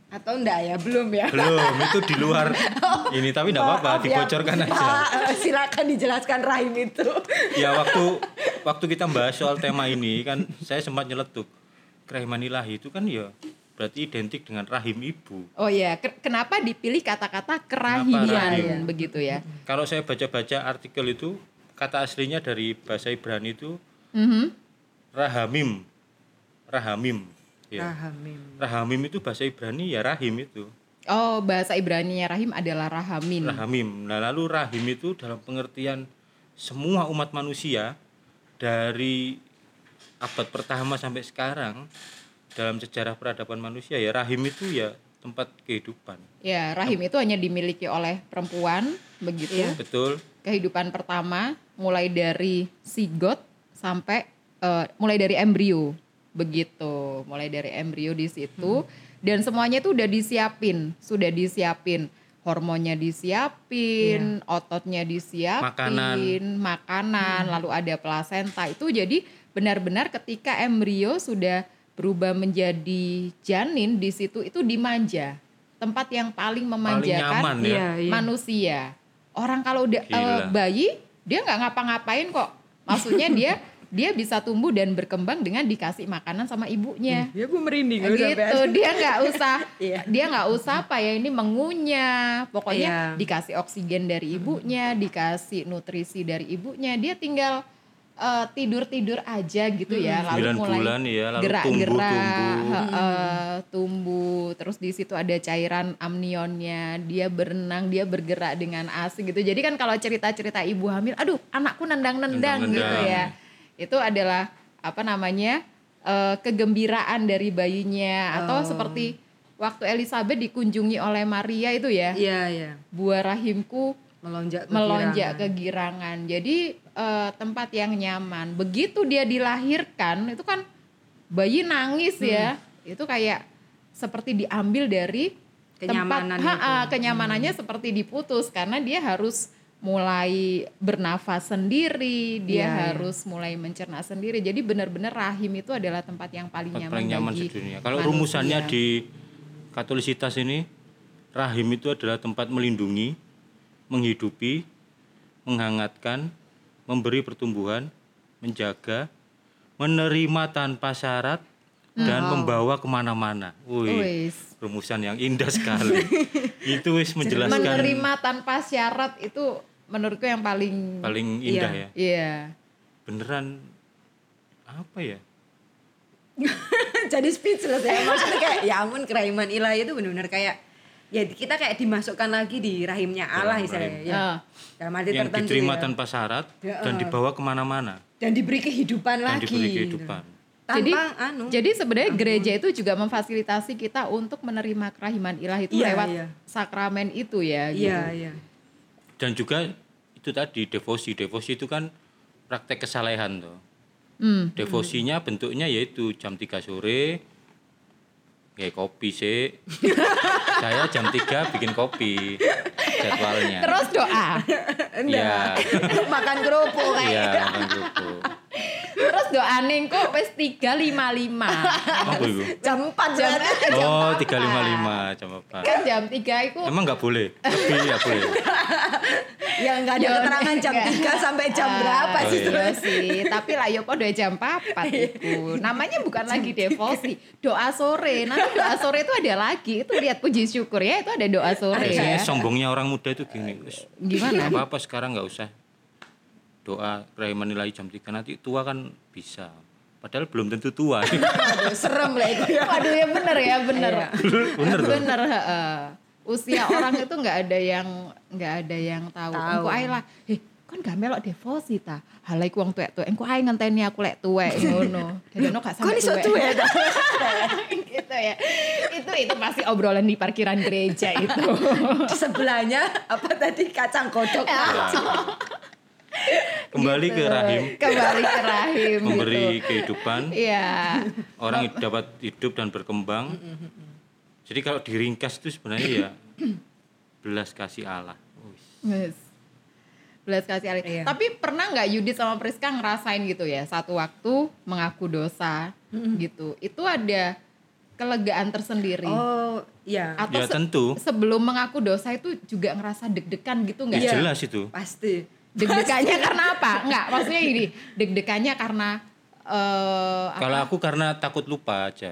Atau enggak ya? Belum ya? Belum, itu di luar ini tapi enggak apa-apa, Maaf ya, dibocorkan aja. Pak, eh, [laughs] silakan dijelaskan rahim itu. Ya waktu waktu kita bahas soal tema ini kan saya sempat nyeletuk. Kerahiman ilahi itu kan ya berarti identik dengan rahim ibu. Oh ya, kenapa dipilih kata-kata rahim? kerahiman begitu ya? Kalau saya baca-baca artikel itu kata aslinya dari bahasa Ibrani itu Mhm. rahamim. Rahamim. Iya. Ya. Rahamim. Rahamim itu bahasa Ibrani ya rahim itu. Oh, bahasa Ibrani rahim adalah rahamin. Rahamim. Nah, lalu rahim itu dalam pengertian semua umat manusia dari abad pertama sampai sekarang dalam sejarah peradaban manusia ya rahim itu ya tempat kehidupan. Ya, rahim itu hanya dimiliki oleh perempuan begitu. Iya. Betul? Kehidupan pertama mulai dari zigot sampai eh, mulai dari embrio begitu. Mulai dari embrio di situ dan semuanya itu udah disiapin, sudah disiapin. Hormonnya disiapin, ototnya disiapin, Iya. makanan, Hmm. lalu ada plasenta. Itu jadi benar-benar ketika embrio sudah berubah menjadi janin di situ itu dimanja. Tempat yang paling memanjakan nyaman ya. Iya, iya. manusia. Orang kalau udah Gila. eh, bayi dia nggak ngapa-ngapain kok. Maksudnya dia dia bisa tumbuh dan berkembang dengan dikasih makanan sama ibunya. Ya gue merinding gue sampai Gitu ada- [laughs] dia nggak usah Iya. dia nggak usah apa ya ini mengunyah. Pokoknya Iya. dikasih oksigen dari ibunya, dikasih nutrisi dari ibunya. Dia tinggal eh, tidur-tidur aja gitu ya. Lalu mulai 9 Hmm. bulan ya lalu gerak-gerak, tumbuh-tumbuh. heeh, tumbuh, terus di situ ada cairan amnionnya, dia berenang, dia bergerak dengan asik gitu. Jadi kan kalau cerita-cerita ibu hamil, aduh anakku nendang-nendang Nendang-nendang. gitu ya. Itu adalah apa namanya eh, kegembiraan dari bayinya atau seperti waktu Elizabeth dikunjungi oleh Maria itu ya, Iya, iya. buah rahimku Melonjak melonjak kegirangan. kegirangan. Jadi eh, tempat yang nyaman. Begitu dia dilahirkan, itu kan bayi nangis ya. Hmm. Itu kayak seperti diambil dari tempat Kenyamanan Ha-ha, itu. Hmm. kenyamanannya seperti diputus karena dia harus mulai bernafas sendiri, dia Iya, iya. harus mulai mencerna sendiri. Jadi benar-benar rahim itu adalah tempat yang paling Tempat nyaman paling nyaman bagi di dunia. Kalau manusia. rumusannya di Katolisitas ini rahim itu adalah tempat melindungi, menghidupi, menghangatkan, memberi pertumbuhan, menjaga, menerima tanpa syarat dan membawa kemana-mana. Wih, Wis. rumusan yang indah sekali. itu wis menjelaskan menerima tanpa syarat itu menurutku yang paling paling indah Iya. ya. iya. Beneran apa ya? [laughs] Jadi speechless ya. Maksudnya kayak ya ampun keraiman ilahi itu benar-benar kayak ya kita kayak dimasukkan lagi di rahimnya Allah Dalam istilahnya. rahim. Ya. Ah. Dalam arti Yang tertentu. diterima ya. tanpa syarat Ya, dan eh. dibawa kemana-mana. dan diberi kehidupan Dan lagi. gitu. diberi kehidupan. Tanpa Jadi- anu. Jadi sebenarnya gereja itu juga memfasilitasi kita untuk menerima kerahiman ilahi itu Iya, lewat iya. sakramen itu ya. gitu. Iya, [laughs] iya. dan juga itu tadi devosi devosi itu kan praktek kesalehan tuh Hmm. devosinya bentuknya yaitu jam 3 sore kayak kopi [laughs] sih saya jam 3 bikin kopi jadwalnya Terus [laughs] doa, ya Makan kerupuk kayak. iya makan kerupuk terus doa neng kok wes tiga lima [laughs] lima. apa itu [laughs] Jam kan. 4 Jam berarti. oh 355 jam apa kan jam tiga itu emang nggak boleh tapi ya boleh Ya enggak ada Ya, keterangan jam enggak. 3 sampai jam berapa Ah, sih Oh, iya terus. sih, tapi lah yo udah jam 4 itu. Namanya bukan lagi devosi, doa sore. Nanti doa sore itu ada lagi. Itu lihat puji syukur ya, itu ada doa sore ya. biasanya Iya, sombongnya orang muda itu gini "Wis, Gimana? apa apa sekarang nggak usah doa pray menilai jam 3 nanti tua kan bisa padahal belum tentu tua [laughs] Aduh, serem lah itu ya. Waduh ya bener ya bener. Iya. Bener loh. Bener, heeh. Usia orang itu nggak ada yang nggak ada yang tahu. Tahu. Engko ae lah. Heh, kon gak melok devosi ta. Halai ku wong tuwek-tuwek. Engko ae ngenteni aku lek tuwek ngono. Dadakno gak Kok sampe ini suatu tuwek. ya? [laughs] gitu ya. Itu itu pasti obrolan di parkiran gereja itu. Di sebelahnya apa tadi kacang kodok. Ya. Nah, kembali ke rahim Kembali ke rahim gitu. memberi kehidupan Iya. Mm, orang dapat hidup dan berkembang jadi kalau diringkas itu sebenarnya [clears throat] ya belas kasih Allah Wis. Yes. Belas kasih Allah. Iya. Tapi pernah nggak Yudit sama Priska ngerasain gitu ya satu waktu mengaku dosa gitu. Itu ada kelegaan tersendiri? Oh, ya. Atau ya se- tentu sebelum mengaku dosa itu juga ngerasa deg-degan gitu nggak? ya, Iya. jelas itu Pasti. [laughs] Deg-degannya karena apa? Enggak, maksudnya ini deg-degannya karena eh, apa? kalau aku karena takut lupa aja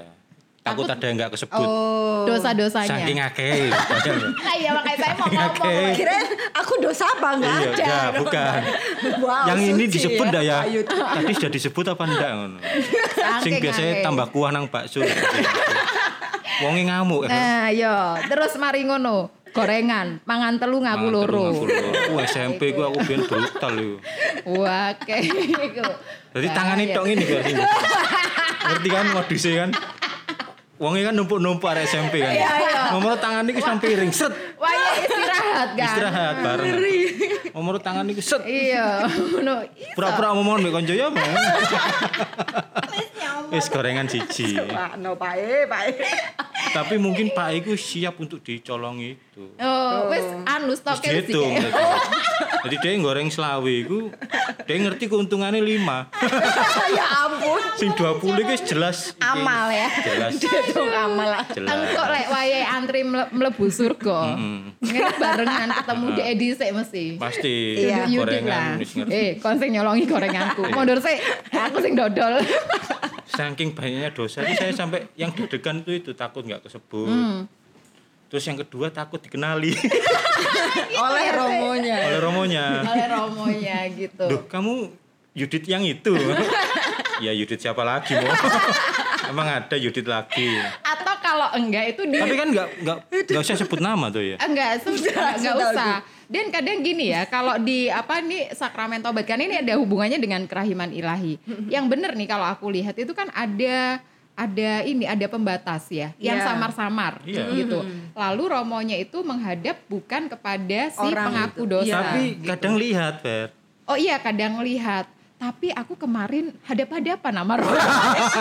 takut, Takut- ada yang nggak kesebut Oh. dosa-dosanya. saking akeh Nah, [laughs] iya makanya saya mau Saking ngomong. akeh. Kira aku dosa apa enggak Iya, ada. enggak, bukan. Wow, yang ini suci disebut ndak ya? Ayu. Tadi sudah disebut apa ndak ngono? Sing Saking biasanya akeh. tambah kuah nang bakso. Wonge ngamuk. eh. Nah, yo, terus mari ngono. Gorengan, mangan telu ngaku Mangan loro. terus ngaku loro. Aku SMP ku aku biyen brutal yo. Wah, kayak gitu. Jadi tangane tok ngene kok. sini. Ngerti kan moduse kan? Wonge kan numpuk-numpuk arek SMP kan. Iya, iya. Nomor tangan iki sampai piring set. Wah, ya istirahat kan. Istirahat bareng. Nomor tangan iki set. Iya, ngono. Pura-pura ngomong mbek kanca ya. Bang. Wis gorengan siji. Pak, no Pak E, Pak E. [laughs] Tapi mungkin Pak Iku siap untuk dicolong itu. Oh, wis anu Terus stoke sih. dihitung. Jadi dia goreng selawe iku, dia ngerti keuntungannya 5. ya ampun. Sing 20 iki wis jelas iki. Amal ya. [laughs] Jelas. Dihitung amal. Jelas. Engkok lek wayahe antri mle- mlebu surga. Ngene barengan ketemu di edisi mesti. Pasti Iya, Yudi gorengan lah. wis ngerti. Iya. Eh, kon sing nyolongi gorenganku. Mundur sik, aku sing dodol. Saking banyaknya dosa itu saya sampai yang deg-degan itu itu takut nggak kesebut. Hmm. Terus yang kedua takut dikenali [laughs] Gitu Oleh ya. romonya. oleh romonya. Oleh romonya gitu. Duh, kamu Yudit yang [laughs] itu. ya Yudit siapa lagi, Mo? [laughs] Emang ada Yudit lagi. Atau kalau enggak itu di Tapi kan nggak nggak nggak usah sebut nama tuh ya. [laughs] enggak Eh, sudah enggak sudah, usah. Dan kadang gini ya, kalau di apa nih sakramen tobat kan ini ada hubungannya dengan kerahiman [laughs] ilahi. Yang bener nih kalau aku lihat itu kan ada ada ini ada pembatas ya, yang Iya. Hmm. samar-samar Iya. gitu. Lalu romonya itu menghadap bukan kepada si Orang pengaku itu. dosa. Iya. Tapi kadang lihat, Fer. Oh iya kadang lihat. Tapi aku kemarin hadap-hadapan sama Romo. [laughs]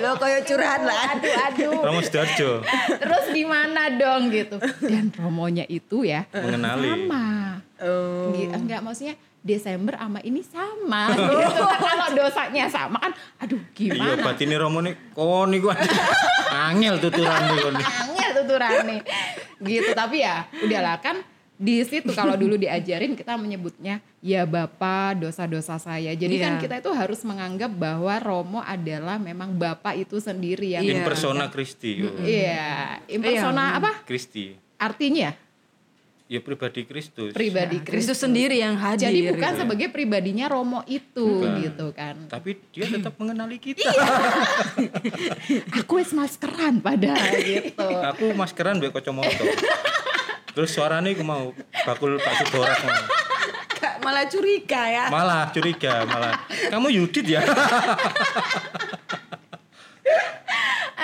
Lo kayak curhat lah. aduh, aduh. Romo Sidoarjo Terus gimana dong gitu. Dan Romonya itu ya mengenali. sama. Oh. Gi- Enggak maksudnya Desember sama ini [laughs] sama gitu. Kan kalau dosanya sama kan aduh Iya, gimana. batine Romo nih kon iku angel tuturan nih Iya. kon. Iya. Angel tuturane. ya Gitu tapi ya udahlah kan di situ kalau dulu diajarin kita menyebutnya ya Bapak dosa-dosa saya. Jadi kan Iya. kita itu harus menganggap bahwa Romo adalah memang Bapak itu sendiri yang In Iya. persona Christi. yo. Iya, impersona apa? Christi. Artinya Ya pribadi Kristus. pribadi Kristus. Iya. Kristus sendiri gitu ya. yang hadir. Jadi bukan sebagai pribadinya Romo itu gitu kan. Tapi dia tetap mengenali kita. Iya. Aku es maskeran pada gitu. Aku maskeran mbek kacamata. Terus suaranya aku mau bakul bakso borak mau. malah curiga ya. Malah curiga, malah. Kamu Yudit ya?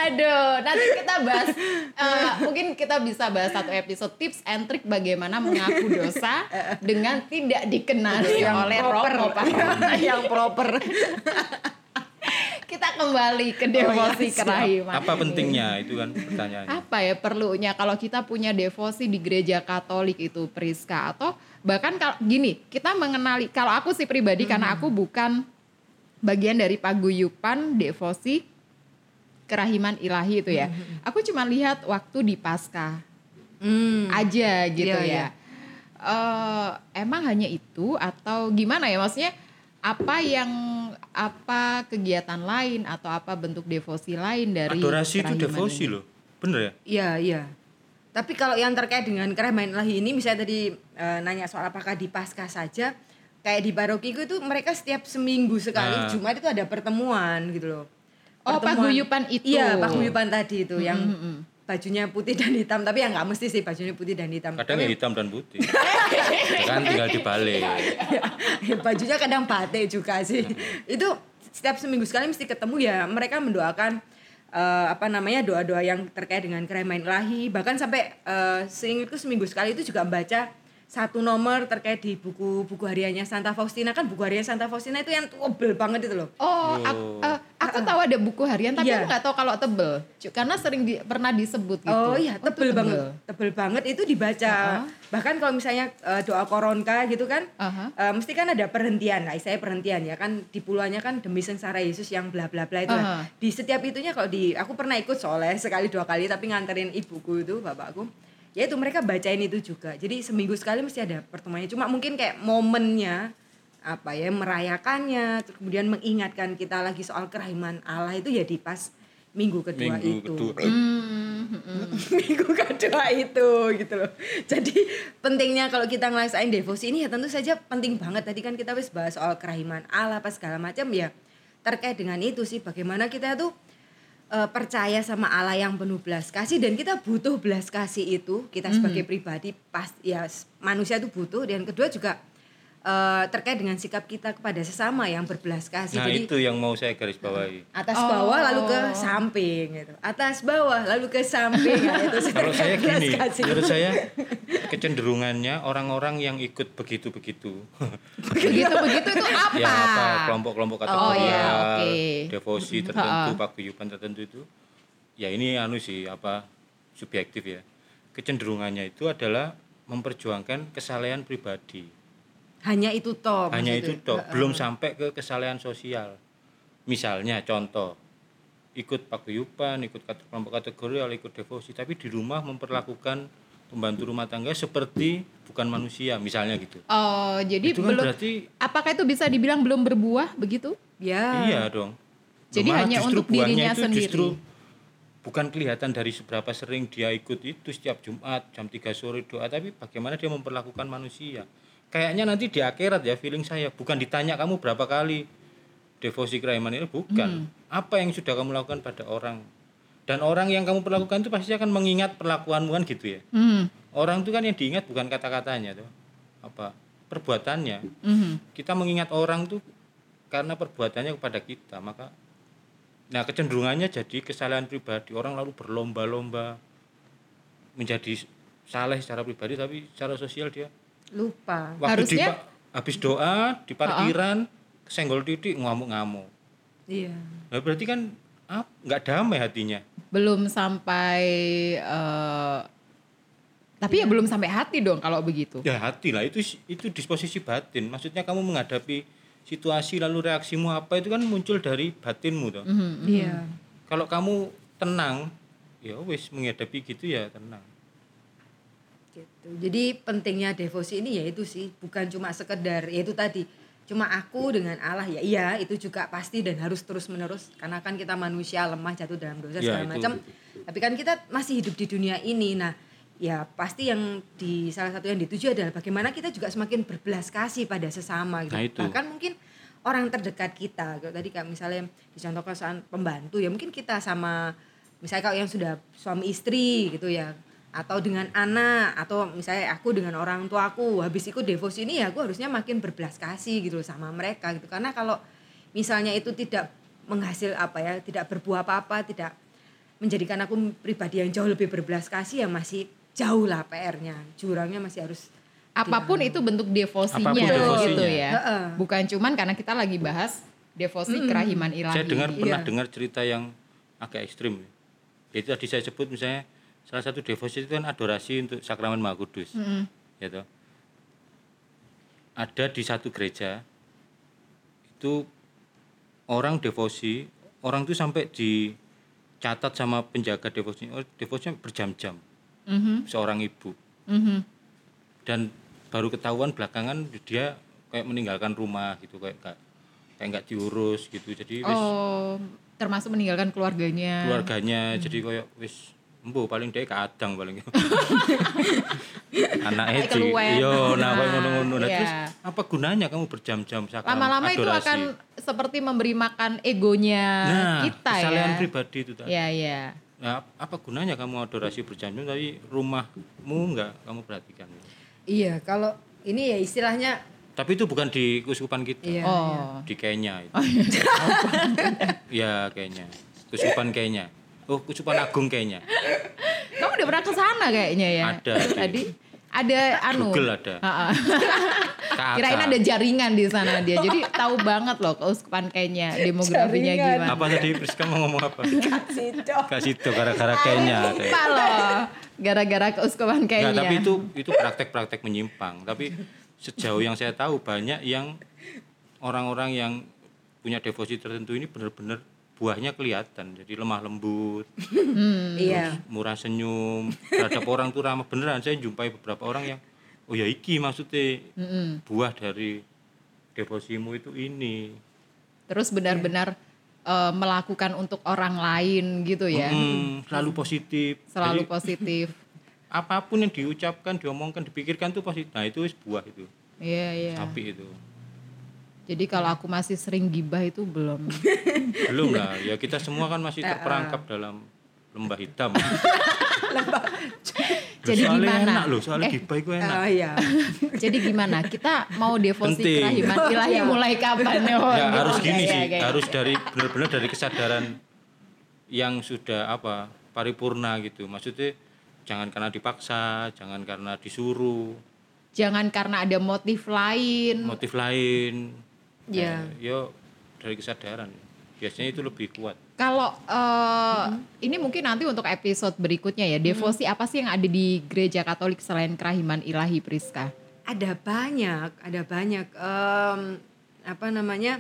Aduh, nanti kita bahas eh, mungkin kita bisa bahas satu episode tips and trick bagaimana mengaku dosa dengan tidak dikenali oleh Romo. [laughs] Pak. yang proper. Kita kembali ke devosi kerahiman. Apa pentingnya itu kan pertanyaannya. Iya, apa ya perlunya kalau kita punya devosi di gereja Katolik itu Priska atau bahkan kalau gini kita mengenali kalau aku sih pribadi karena aku bukan bagian dari paguyupan devosi kerahiman ilahi itu ya aku cuma lihat waktu di Paskah Hmm. aja gitu ya. Iya, iya. Eh, emang hanya itu atau gimana ya maksudnya apa yang apa kegiatan lain atau apa bentuk devosi lain dari Adorasi itu kerahiman devosi ini? loh. Bener ya? Iya, iya. Tapi kalau yang terkait dengan kerahiman ilahi ini misalnya tadi eh, nanya soal apakah di Paskah saja kayak di parokiku itu mereka setiap seminggu sekali Ah. Jumat itu ada pertemuan gitu loh. Oh, paguyupan itu. Iya, paguyupan tadi itu yang bajunya putih dan hitam tapi ya nggak mesti sih bajunya putih dan hitam. Kadang Iya. ya Tapi hitam dan [laughs] putih. Ya kan tinggal dibalik. iya. [laughs] bajunya kadang batik juga sih. itu setiap seminggu sekali mesti ketemu ya mereka mendoakan eh, apa namanya doa-doa yang terkait dengan kerahiman ilahi bahkan sampai eh, seingatku seminggu sekali itu juga membaca satu nomor terkait di buku buku hariannya Santa Faustina kan buku harian Santa Faustina itu yang tebel banget itu loh. Oh, aku, Oh. eh, aku tahu ada buku harian tapi Iya. aku nggak tahu kalau tebel. Cu- Karena sering di- pernah disebut gitu. Oh iya, itu tebel banget. Tebel banget itu dibaca. Bahkan kalau misalnya eh, doa koronka gitu kan, Aha. eh, mesti kan ada perhentian lah, saya perhentian ya kan di puluhannya kan demi sengsara Yesus yang bla bla bla itu. Aha. lah. Di setiap itunya kalau di aku pernah ikut soalnya sekali dua kali tapi nganterin ibuku itu bapakku. Ya itu mereka bacain itu juga. Jadi seminggu sekali mesti ada pertemuannya. Cuma mungkin kayak momennya apa ya merayakannya, terus kemudian mengingatkan kita lagi soal kerahiman Allah itu ya di pas minggu kedua minggu itu kedua Hmm. [laughs] minggu kedua itu gitu loh. Jadi pentingnya kalau kita ngelaksanain devosi ini ya tentu saja penting banget. Tadi kan kita wis bahas soal kerahiman Allah apa segala macam ya. Terkait dengan itu sih bagaimana kita tuh eh, percaya sama Allah yang penuh belas kasih dan kita butuh belas kasih itu kita Hmm. sebagai pribadi pas ya s- manusia itu butuh dan kedua juga eh, terkait dengan sikap kita kepada sesama yang berbelas kasih. nah Jadi itu yang mau saya garis [laughs] bawahi atas Oh. bawah lalu ke samping gitu atas bawah lalu ke samping gitu Saya Kalau saya terkait gini, belas kasih. menurut [laughs] saya kecenderungannya orang-orang yang ikut begitu-begitu. Begitu-begitu itu apa? [laughs] ya apa kelompok-kelompok Oh, kategori ya, iya, oke. Hmm. devosi tertentu, paguyuban tertentu itu. Ya ini anu sih apa subjektif ya. Kecenderungannya itu adalah memperjuangkan kesalehan pribadi. hanya itu toh Hanya itu maksudnya. toh, belum sampai ke kesalehan sosial. Misalnya contoh ikut paguyuban, ikut kate- kelompok kategori, atau ikut devosi, tapi di rumah memperlakukan pembantu rumah tangga seperti bukan manusia, misalnya gitu. Oh, jadi itu kan belum berarti apakah itu bisa dibilang belum berbuah begitu? ya iya dong. Jadi Malah hanya justru untuk buahnya dirinya itu sendiri. Justru bukan kelihatan dari seberapa sering dia ikut itu setiap Jumat jam 3 sore doa, tapi bagaimana dia memperlakukan manusia. Kayaknya nanti di akhirat ya feeling saya, bukan ditanya kamu berapa kali devosi kerahiman ini Hmm. bukan. Apa yang sudah kamu lakukan pada orang? Dan orang yang kamu perlakukan itu pasti akan mengingat perlakuanmu kan gitu ya. Hmm. Orang itu kan yang diingat bukan kata-katanya tuh. Apa perbuatannya mhm. kita mengingat orang tuh karena perbuatannya kepada kita maka nah kecenderungannya jadi kesalahan pribadi orang lalu berlomba-lomba menjadi saleh secara pribadi tapi secara sosial dia lupa waktu di Harusnya- habis doa di parkiran senggol titik ngamuk-ngamuk iya nah berarti kan ap- nggak damai hatinya Belum sampai eh, tapi ya belum sampai hati dong kalau begitu. ya hati lah itu itu disposisi batin maksudnya kamu menghadapi situasi lalu reaksimu apa itu kan muncul dari batinmu toh Mhm. iya kalau kamu tenang ya wis menghadapi gitu ya tenang gitu jadi pentingnya devosi ini ya itu sih bukan cuma sekedar ya itu tadi cuma aku dengan Allah ya iya itu juga pasti dan harus terus menerus karena kan kita manusia lemah jatuh dalam dosa Ya, segala itu. macam tapi kan kita masih hidup di dunia ini nah ya pasti yang di salah satu yang dituju adalah bagaimana kita juga semakin berbelas kasih pada sesama gitu Nah, itu. bahkan mungkin orang terdekat kita Kalau tadi kayak misalnya dicontohkan soal pembantu ya mungkin kita sama misalnya kalau yang sudah suami istri gitu ya atau dengan anak atau misalnya aku dengan orang tua aku habis ikut devosi ini ya aku harusnya makin berbelas kasih gitu loh sama mereka gitu karena kalau misalnya itu tidak menghasil apa ya tidak berbuah apa-apa tidak menjadikan aku pribadi yang jauh lebih berbelas kasih ya masih jauh lah PR-nya jurangnya masih harus apapun itu bentuk devosinya, Apapun devosinya. gitu ya. Heeh. Bukan cuman karena kita lagi bahas devosi kerahiman ilahi. saya dengar Iya. pernah dengar cerita yang agak ekstrim ya itu tadi saya sebut misalnya salah satu devosi itu kan adorasi untuk sakramen maha kudus Mhm. ya toh. ada di satu gereja itu orang devosi orang itu sampai dicatat sama penjaga devosi oh, devosinya berjam-jam Mhm, seorang ibu mhm. dan baru ketahuan belakangan dia kayak meninggalkan rumah gitu kayak nggak kayak nggak diurus gitu jadi wis Oh, termasuk meninggalkan keluarganya. keluarganya Mm-hmm. jadi kayak wis embo paling dia [laughs] kadang paling anaknya Anaknya di keluwen. yo Nah, nah kayak ngono-ngono Nah, iya. terus apa gunanya kamu berjam-jam sakram Lama-lama itu adorasi? akan seperti memberi makan egonya nah kita ya. kesalahan pribadi itu tadi. Ya, ya. Nah, apa gunanya kamu adorasi berjam-jam tapi rumahmu nggak kamu perhatikan Iya, kalau ini ya istilahnya tapi itu bukan di keuskupan kita iya. Oh. iya. di Kenya itu. [laughs] ya Kenya. Kusupan Kenya. Oh, Kusupan Agung Kenya. Kamu udah pernah ke sana kayaknya ya. Ada, Itu Di. Tadi ada anu. Google ada. Ha-ha. Kakak. Kirain ada jaringan di sana dia. Jadi tahu banget loh keuskupan kayaknya demografinya Jaringan. gimana. Apa tadi Priska mau ngomong [laughs] apa? Sido. Gak situ gara-gara kayaknya. Teh. Lupa loh. Gara-gara keuskupan gitu. Nggak, kayaknya. tapi itu itu praktek-praktek menyimpang. Tapi sejauh yang saya tahu banyak yang orang-orang yang punya devosi tertentu ini benar-benar buahnya kelihatan. Jadi lemah lembut, Iya. murah senyum, terhadap orang tuh ramah. Beneran saya jumpai beberapa orang yang oh ya iki maksudnya buah dari devosimu itu ini. Terus benar-benar eh, melakukan untuk orang lain gitu ya. Mm, selalu positif. Selalu Jadi, positif. apapun yang diucapkan, diomongkan, dipikirkan tuh positif. Nah, itu buah itu. Iya, iya. Sapi itu. Jadi kalau aku masih sering gibah itu [laughs] belum. belum lah ya kita semua kan [laughs] masih terperangkap dalam lembah hitam Jadi soalnya gimana? Eh, enak loh soalnya gibah itu enak Ah, iya. Jadi gimana? Kita mau devosi Penting. kerahiman ilahi mulai kapan ya? [laughs] ya harus gini sih iya, harus dari benar-benar dari kesadaran yang sudah apa paripurna gitu maksudnya jangan karena dipaksa jangan karena disuruh Jangan karena ada motif lain. motif lain Ya. Iya. Eh, yo dari kesadaran biasanya itu lebih kuat Kalau eh, ini mungkin nanti untuk episode berikutnya ya, devosi apa sih yang ada di gereja Katolik selain kerahiman ilahi Priska? ada banyak, ada banyak Em, apa namanya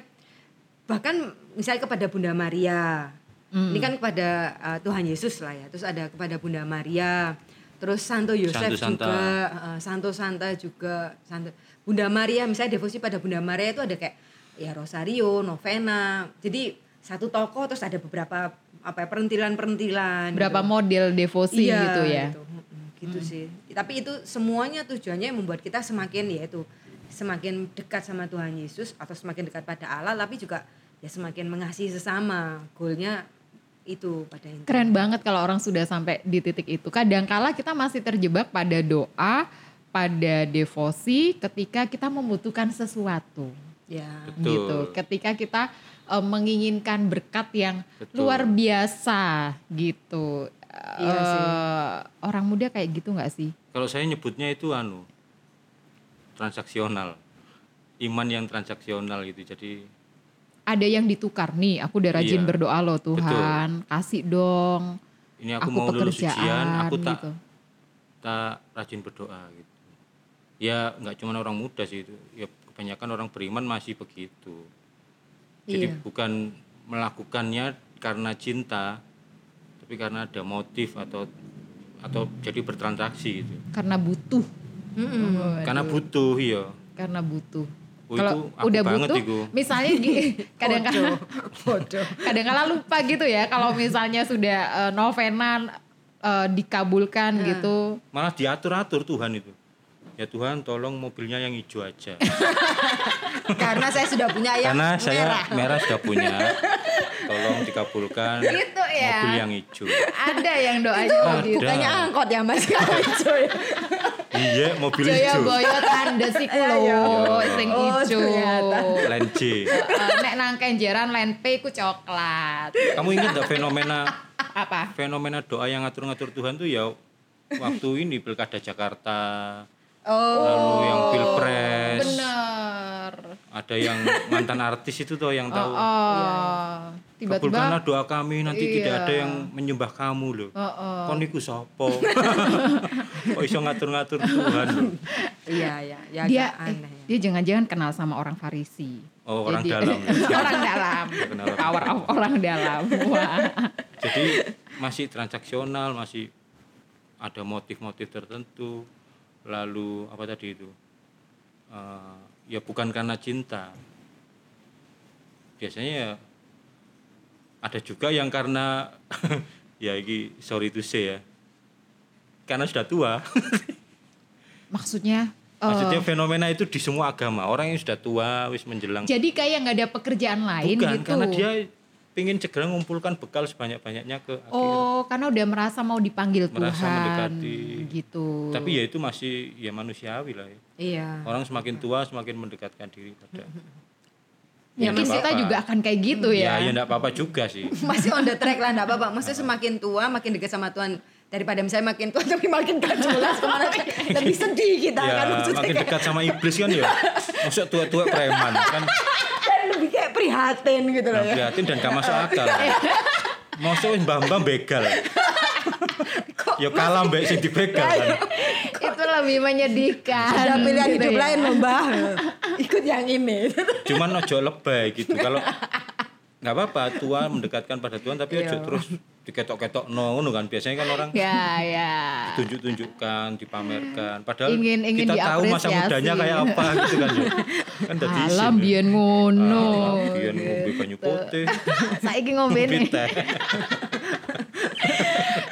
bahkan misalnya kepada Bunda Maria, ini kan kepada eh, Tuhan Yesus lah ya, terus ada kepada Bunda Maria, terus Santo Santo Yosef Santa. juga, eh, Santo Santa juga, Santo Bunda Maria misalnya devosi pada Bunda Maria itu ada kayak ya rosario, novena, jadi satu toko terus ada beberapa apa ya, perintilan-perintilan. Berapa gitu model devosi gitu ya? gitu, Mm-mm, gitu sih tapi itu semuanya tujuannya membuat kita semakin yaitu semakin dekat sama Tuhan Yesus atau semakin dekat pada Allah tapi juga ya semakin mengasihi sesama goalnya itu pada intinya Keren banget kalau orang sudah sampai di titik itu. Kadangkala kita masih terjebak pada doa, pada devosi ketika kita membutuhkan sesuatu. ya Betul. gitu. Ketika kita eh, menginginkan berkat yang Betul. luar biasa gitu. Iya sih. Eh, orang muda kayak gitu nggak sih? kalau saya nyebutnya itu anu transaksional iman yang transaksional gitu jadi Ada yang ditukar nih, aku udah rajin Iya. berdoa loh Tuhan, kasih dong. ini aku, mau lulus pekerjaan, ujian aku tak gitu. tak rajin berdoa gitu ya nggak cuma orang muda sih itu ya kebanyakan orang beriman masih begitu jadi Iya. bukan melakukannya karena cinta tapi karena ada motif atau atau jadi bertransaksi gitu Karena butuh. [laughs] Waduh, karena butuh ya karena butuh. Oh, Kalau itu aku udah banget butuh, itu. misalnya [laughs] gi- kadang-kadang bodoh kadang-kala lupa gitu ya kalau misalnya sudah eh, novenan eh, dikabulkan gitu malah diatur atur Tuhan itu ya Tuhan tolong mobilnya yang hijau [laughs] aja karena saya sudah punya ayam karena saya merah merah sudah punya tolong dikabulkan [laughs] Gitu ya. mobil yang hijau ada yang doanya begitu. bukannya Ada. angkot ya mas [laughs] kalau ijo ya. iya mobil Jaya hijau Boyo tanda sik lo sing Oh, ijo. ternyata. Len J. Eh, Nek nang kenjeran len P ku coklat. Kamu ingat gak fenomena Apa? fenomena doa yang ngatur-ngatur Tuhan tuh ya waktu ini pilkada Jakarta, oh lalu yang pilpres, Bener. ada yang mantan artis itu tuh yang tahu. Oh, tiba-tiba Iya. Kabulkanlah doa kami nanti tidak ada yang menyembah kamu loh. Oh, Kon niku sapa? [laughs] Kok iso ngatur-ngatur Tuhan? loh? iya iya ya agak dia eh, aneh ya. dia jangan-jangan kenal sama orang Farisi. Oh, orang Jadi- dalam. [laughs] orang dalam. Kenal orang Power of orang [laughs] dalam. Wah. Jadi masih transaksional, masih ada motif-motif tertentu. Lalu apa tadi itu? Eh, ya bukan karena cinta. Biasanya ya ada juga yang karena [laughs] ya ini sorry to say ya. Karena sudah tua. Maksudnya eh, Maksudnya fenomena itu di semua agama. Orang yang sudah tua wis menjelang eh, jadi kayak nggak ada pekerjaan lain bukan gitu. karena dia pengen segera ngumpulkan bekal sebanyak-banyaknya ke akhirat. Oh, karena udah merasa mau dipanggil Merasa Tuhan mendekati. gitu. Tapi ya itu masih ya manusiawi lah ya. iya Orang semakin tua semakin mendekatkan diri pada. Ya, mungkin nggak kita apa-apa. juga akan kayak gitu ya. Ya ya enggak apa-apa juga sih. masih on the track lah enggak apa-apa. Maksudnya semakin tua makin dekat sama Tuhan. daripada misalnya makin tua [laughs] tapi makin gak jelas [laughs] kemana Iya. lebih sedih kita ya kan maksudnya makin kayak- dekat sama iblis kan ya maksud tua-tua preman kan dan lebih kayak prihatin gitu loh nggak ya prihatin dan gak masuk akal maksud mbah mbah begal Kok Iya, ya kalah mbak sing dibegal kan itu lebih menyedihkan ada pilihan gitu hidup ya. lain loh mbak ikut yang ini [laughs] cuman ojo lebay gitu kalau nggak apa-apa Tuhan mendekatkan pada Tuhan tapi Iya. ojo terus diketok-ketok no ngono kan biasanya kan orang ya ya tunjuk-tunjukkan dipamerkan padahal Ingin- ingin kita tahu masa diapresiasi. mudanya kayak apa gitu kan ya kan dadi alam Gitu. biyen ngono biyen ngombe banyu putih [laughs] saiki ngombe ngombe nih. teh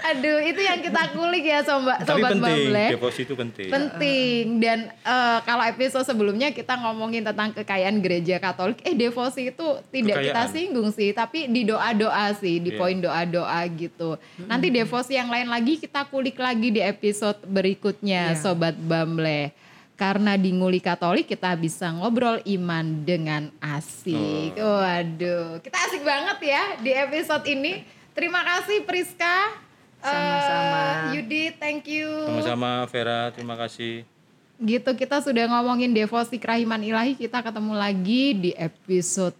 aduh itu yang kita kulik ya sobat tapi sobat penting Bambleh. deposito penting penting dan eh, kalau episode sebelumnya kita ngomongin tentang kekayaan gereja Katolik eh devosi itu tidak kita Kekayaan. singgung sih tapi di doa-doa sih di Iya. poin doa-doa gitu nanti devosi yang lain lagi kita kulik lagi di episode berikutnya sobat Bamble karena di Nguli Katolik kita bisa ngobrol iman dengan asik. Oh. Waduh, kita asik banget ya di episode ini. Terima kasih Priska. Sama-sama. Eh, Yudi, thank you sama-sama Vera terima kasih gitu kita sudah ngomongin devosi kerahiman ilahi kita ketemu lagi di episode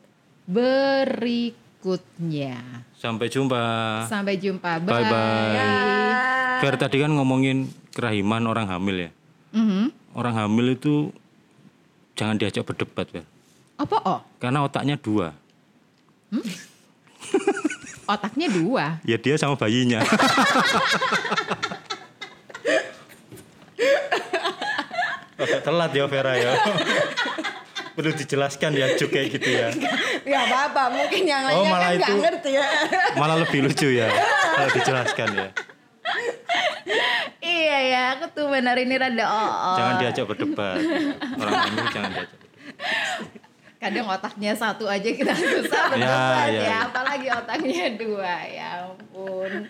berikutnya sampai jumpa sampai jumpa bye, bye bye Vera tadi kan ngomongin kerahiman orang hamil ya Mhm. orang hamil itu jangan diajak berdebat Fer. apa oh karena otaknya dua otaknya dua ya dia sama bayinya agak telat ya Vera ya perlu dijelaskan ya Cuk kayak gitu ya nggak apa-apa mungkin yang Oh, lainnya malah kan nggak itu- ngerti ya malah lebih lucu ya kalau dijelaskan ya [laughs] iya ya aku tuh benar ini rada oh, oh. jangan diajak berdebat orang hamil jangan diajak berdebat. kadang otaknya satu aja kita susah [laughs] Ya, berdebat ya, ya, ya. apalagi otaknya dua ya ampun